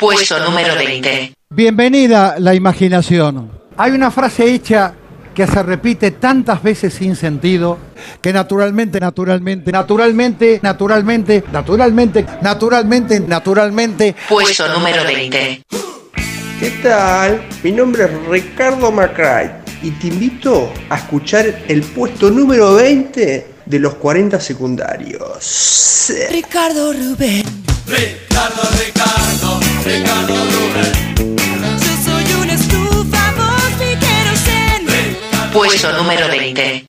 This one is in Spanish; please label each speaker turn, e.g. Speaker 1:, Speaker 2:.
Speaker 1: Puesto número 20.
Speaker 2: Bienvenida la imaginación.
Speaker 3: Hay una frase hecha que se repite tantas veces sin sentido
Speaker 2: Que naturalmente, naturalmente, natu-
Speaker 3: Naturalmente, naturalmente, naturalmente, naturalmente, naturalmente.
Speaker 1: Puesto número 20.
Speaker 4: ¿Qué tal? Mi nombre es Ricardo Macray y te invito a escuchar el puesto número 20 de los 40 secundarios.
Speaker 5: Ricardo Rubén. Ricardo, Ricardo, Ricardo Rubén. Yo soy una estufa, vos mi queroseno.
Speaker 1: Puesto número 20.